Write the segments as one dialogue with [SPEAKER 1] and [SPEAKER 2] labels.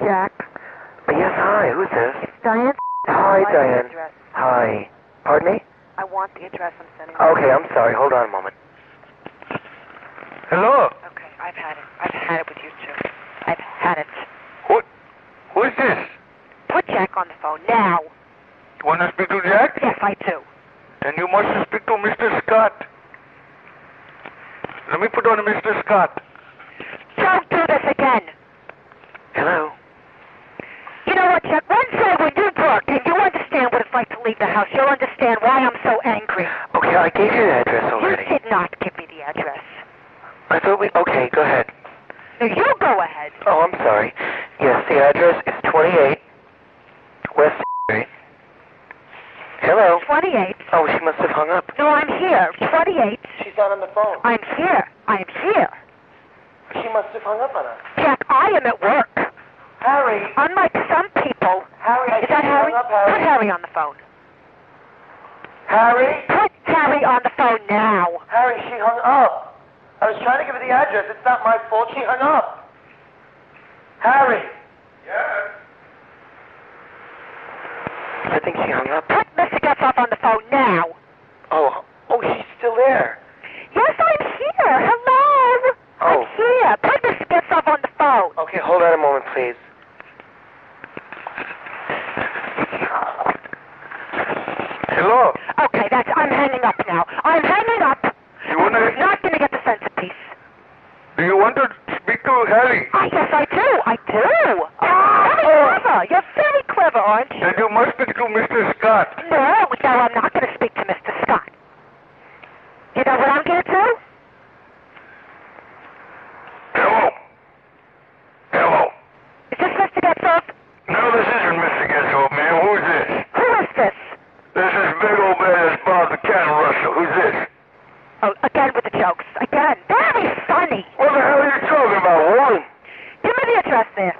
[SPEAKER 1] Jack.
[SPEAKER 2] Yes, hi. Who's this?
[SPEAKER 1] It's Diane.
[SPEAKER 2] Hi,
[SPEAKER 3] I'd like the
[SPEAKER 2] Diane.
[SPEAKER 3] address.
[SPEAKER 2] Hi. Pardon me?
[SPEAKER 3] I want the address I'm sending.
[SPEAKER 2] Okay, I'm sorry. Hold on a moment. Hello.
[SPEAKER 3] Okay, I've had it. I've had it with you two. I've had it.
[SPEAKER 2] What? Who is this?
[SPEAKER 3] Put Jack on the phone now.
[SPEAKER 2] You want to speak to Jack?
[SPEAKER 3] Yes, I do.
[SPEAKER 2] Then you must speak to Mr. Scott. Let me put on Mr. Scott.
[SPEAKER 3] Don't do this again.
[SPEAKER 2] Hello.
[SPEAKER 3] You know what, Chuck? One day when you book and you understand what it's like to leave the house, you'll understand why I'm so angry.
[SPEAKER 2] Okay, I gave you the address already.
[SPEAKER 3] You did not give me the address.
[SPEAKER 2] I thought we. Okay, go ahead.
[SPEAKER 3] Now you go ahead.
[SPEAKER 2] Oh, I'm sorry. Yes, the address is 28 West Street. Hello.
[SPEAKER 3] 28.
[SPEAKER 2] Oh, she must have hung up.
[SPEAKER 3] No, I'm here. 28.
[SPEAKER 2] She's not on the phone.
[SPEAKER 3] I'm here. I'm here.
[SPEAKER 2] She must have hung up on us.
[SPEAKER 3] Jack, I am at work.
[SPEAKER 2] Harry.
[SPEAKER 3] Unlike some people.
[SPEAKER 2] Harry, I
[SPEAKER 3] Is that
[SPEAKER 2] she
[SPEAKER 3] Harry?
[SPEAKER 2] hung up,
[SPEAKER 3] Put
[SPEAKER 2] Harry.
[SPEAKER 3] Harry on the phone.
[SPEAKER 2] Harry?
[SPEAKER 3] Put Harry on the phone now.
[SPEAKER 2] Harry, she hung up. I was trying to give her the address. It's not my fault. She hung up. Harry. Yes. I think she hung up.
[SPEAKER 3] Put Mr. Getzoff on the phone now.
[SPEAKER 2] Oh, oh, she's still there.
[SPEAKER 3] Yes, I'm here. Hello. I'm
[SPEAKER 2] Oh,
[SPEAKER 3] here. Put Mr. Getzoff on the phone.
[SPEAKER 2] okay. Hold on a moment, please. Hello.
[SPEAKER 3] Okay, that's. I'm hanging up now. I'm hanging up.
[SPEAKER 2] You wanna-
[SPEAKER 3] I'm not going to get the centerpiece.
[SPEAKER 2] Do you want to speak to Harry?
[SPEAKER 3] Ah, yes, I do. I do.
[SPEAKER 2] Ah.
[SPEAKER 3] very clever. You're very clever, aren't you?
[SPEAKER 2] you must speak to Mr. Scott.
[SPEAKER 3] No, no, I'm not going to speak to Mr. Scott. You know what I'm going to do?
[SPEAKER 2] Hello. Hello.
[SPEAKER 3] Is this Mr. Getzoff?
[SPEAKER 2] No, this isn't Mr. Getzold, man. Who is this?
[SPEAKER 3] Who is this?
[SPEAKER 2] This is big old badass Bob the Cat Russell. Who's this?
[SPEAKER 3] Oh, again with the jokes. Again. Very funny.
[SPEAKER 2] What the hell are you talking about, woman?
[SPEAKER 3] Give me the address there.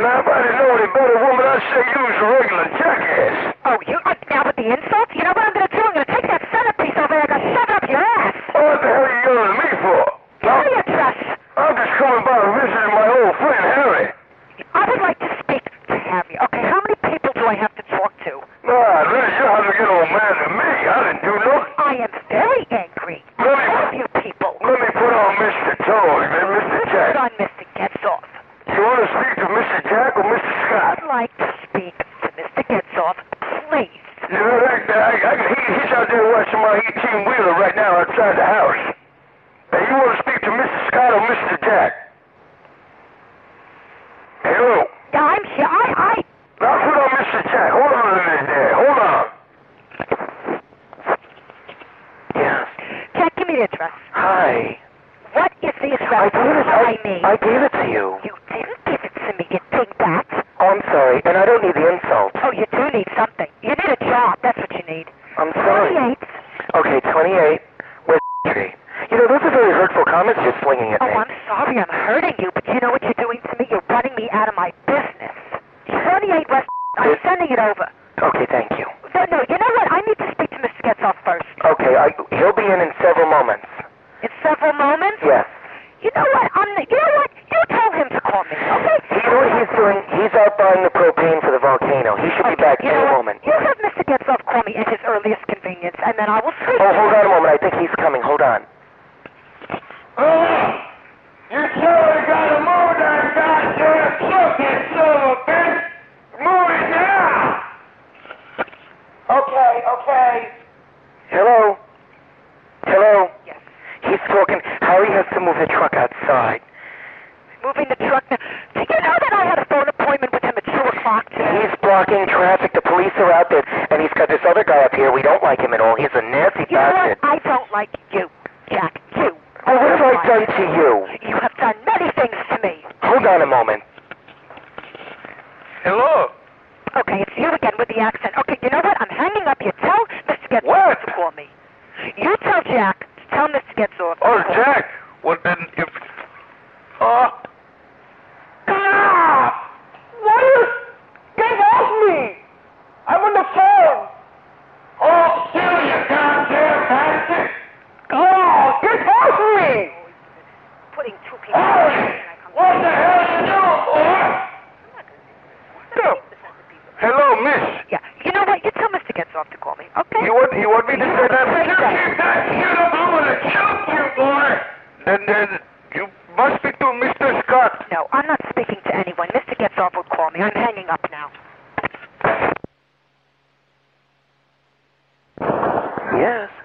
[SPEAKER 2] Now, if I didn't know any better, woman, I'd say you was a regular jackass.
[SPEAKER 3] Oh, you uh, now with the insults? You know what I'm going to do? I'm going to take that centerpiece over there and I'm gonna shove it up your ass.
[SPEAKER 2] What the hell are you yelling at me for?
[SPEAKER 3] Give me the address.
[SPEAKER 2] I'm just coming by to visit my old friend, Harry.
[SPEAKER 3] I would like to speak to Harry. Okay, how many people do I have to talk to?
[SPEAKER 2] Nah, this, you have to get old man to me. I didn't do nothing.
[SPEAKER 3] I am very angry at
[SPEAKER 2] Really?
[SPEAKER 3] all of you people.
[SPEAKER 2] Let me put on Mr. Toad and Mr.
[SPEAKER 3] Put
[SPEAKER 2] Jack.
[SPEAKER 3] on Mr. Getzoff.
[SPEAKER 2] You want to speak to Mr. Jack or Mr. Scott?
[SPEAKER 3] I'd like to speak to Mr. Getzoff, please.
[SPEAKER 2] You know, that, that, I, I, he, he's out there watching my 18 uh, wheeler right now outside the house. Now, you want to speak to Mr. Scott or Mr. Jack? Hello.
[SPEAKER 3] Now, I'm here. I, I,
[SPEAKER 2] Now, put on Mr. Jack. Hold on a minute there. Hold on. Yes.
[SPEAKER 3] Jack, give me the address.
[SPEAKER 2] Hi.
[SPEAKER 3] What is the
[SPEAKER 2] I
[SPEAKER 3] address?
[SPEAKER 2] gave it.
[SPEAKER 3] I,
[SPEAKER 2] I, I gave it to you.
[SPEAKER 3] You didn't give it to me, you dingbat.
[SPEAKER 2] Oh, I'm sorry, and I don't need the insult.
[SPEAKER 3] Oh, you do need something. You need a job. That's what you need.
[SPEAKER 2] I'm sorry.
[SPEAKER 3] 28.
[SPEAKER 2] Okay, 28 West Tree. You know, those are very hurtful comments you're slinging at
[SPEAKER 3] Oh,
[SPEAKER 2] me.
[SPEAKER 3] I'm sorry I'm hurting you, but you know what you're doing to me? You're running me out of my business. 28 West. I'm
[SPEAKER 2] Yes.
[SPEAKER 3] sending it over.
[SPEAKER 2] Okay, thank you.
[SPEAKER 3] No, no, you know what? I need to speak to Mr. Getzoff first.
[SPEAKER 2] Okay, I, he'll be in in several moments.
[SPEAKER 3] In several moments?
[SPEAKER 2] Yes.
[SPEAKER 3] You know what? I'm the, you know what? You tell him to call me, okay?
[SPEAKER 2] You know what he's doing? He's out buying the propane for the volcano. He should be back
[SPEAKER 3] you
[SPEAKER 2] any
[SPEAKER 3] know what?
[SPEAKER 2] moment.
[SPEAKER 3] You have Mr. Getzoff call me at his earliest convenience, and then I will speak.
[SPEAKER 2] Oh, hold on a moment. I think he's coming. Hold on.
[SPEAKER 4] You surely got a move that goddamn sucker, son of a bitch! Move it now! Okay, okay.
[SPEAKER 2] Hello? Hello?
[SPEAKER 3] Yes.
[SPEAKER 2] He's talking. Harry has to move the truck outside.
[SPEAKER 3] Moving the truck now. Did you know that I had a phone appointment with him at 2 o'clock today?
[SPEAKER 2] He's blocking traffic. The police are out there. And he's got this other guy up here. We don't like him at all. He's a nasty
[SPEAKER 3] You know
[SPEAKER 2] bastard.
[SPEAKER 3] what? I don't like you, Jack. You.
[SPEAKER 2] Oh, what have I done to you?
[SPEAKER 3] You have done many things to me.
[SPEAKER 2] Hold on a moment. Hello?
[SPEAKER 3] Okay, it's you again with the accent. Okay, you know what? I'm hanging up. You tell Mr. Getzoff
[SPEAKER 2] What?
[SPEAKER 3] to call me. You tell Jack. to Tell Mr. Getzoff.
[SPEAKER 2] Oh, Jack. Well, then, if. Oh.
[SPEAKER 4] Ah! What is... Get off me! I'm on the phone! Oh, still, you goddamn bastard! Oh, get off me!
[SPEAKER 3] Putting two people.
[SPEAKER 4] Harry! What the hell you doing, boy?
[SPEAKER 5] miss.
[SPEAKER 3] Yeah. You know what? You tell Mr. Getzoff to call me, okay?
[SPEAKER 5] You want you want me to say that?
[SPEAKER 3] Right.
[SPEAKER 5] Then then you must speak to Mr. Scott.
[SPEAKER 3] No, I'm not speaking to anyone. Mr. Getzoff would call me. I'm hanging up now.
[SPEAKER 2] Yes.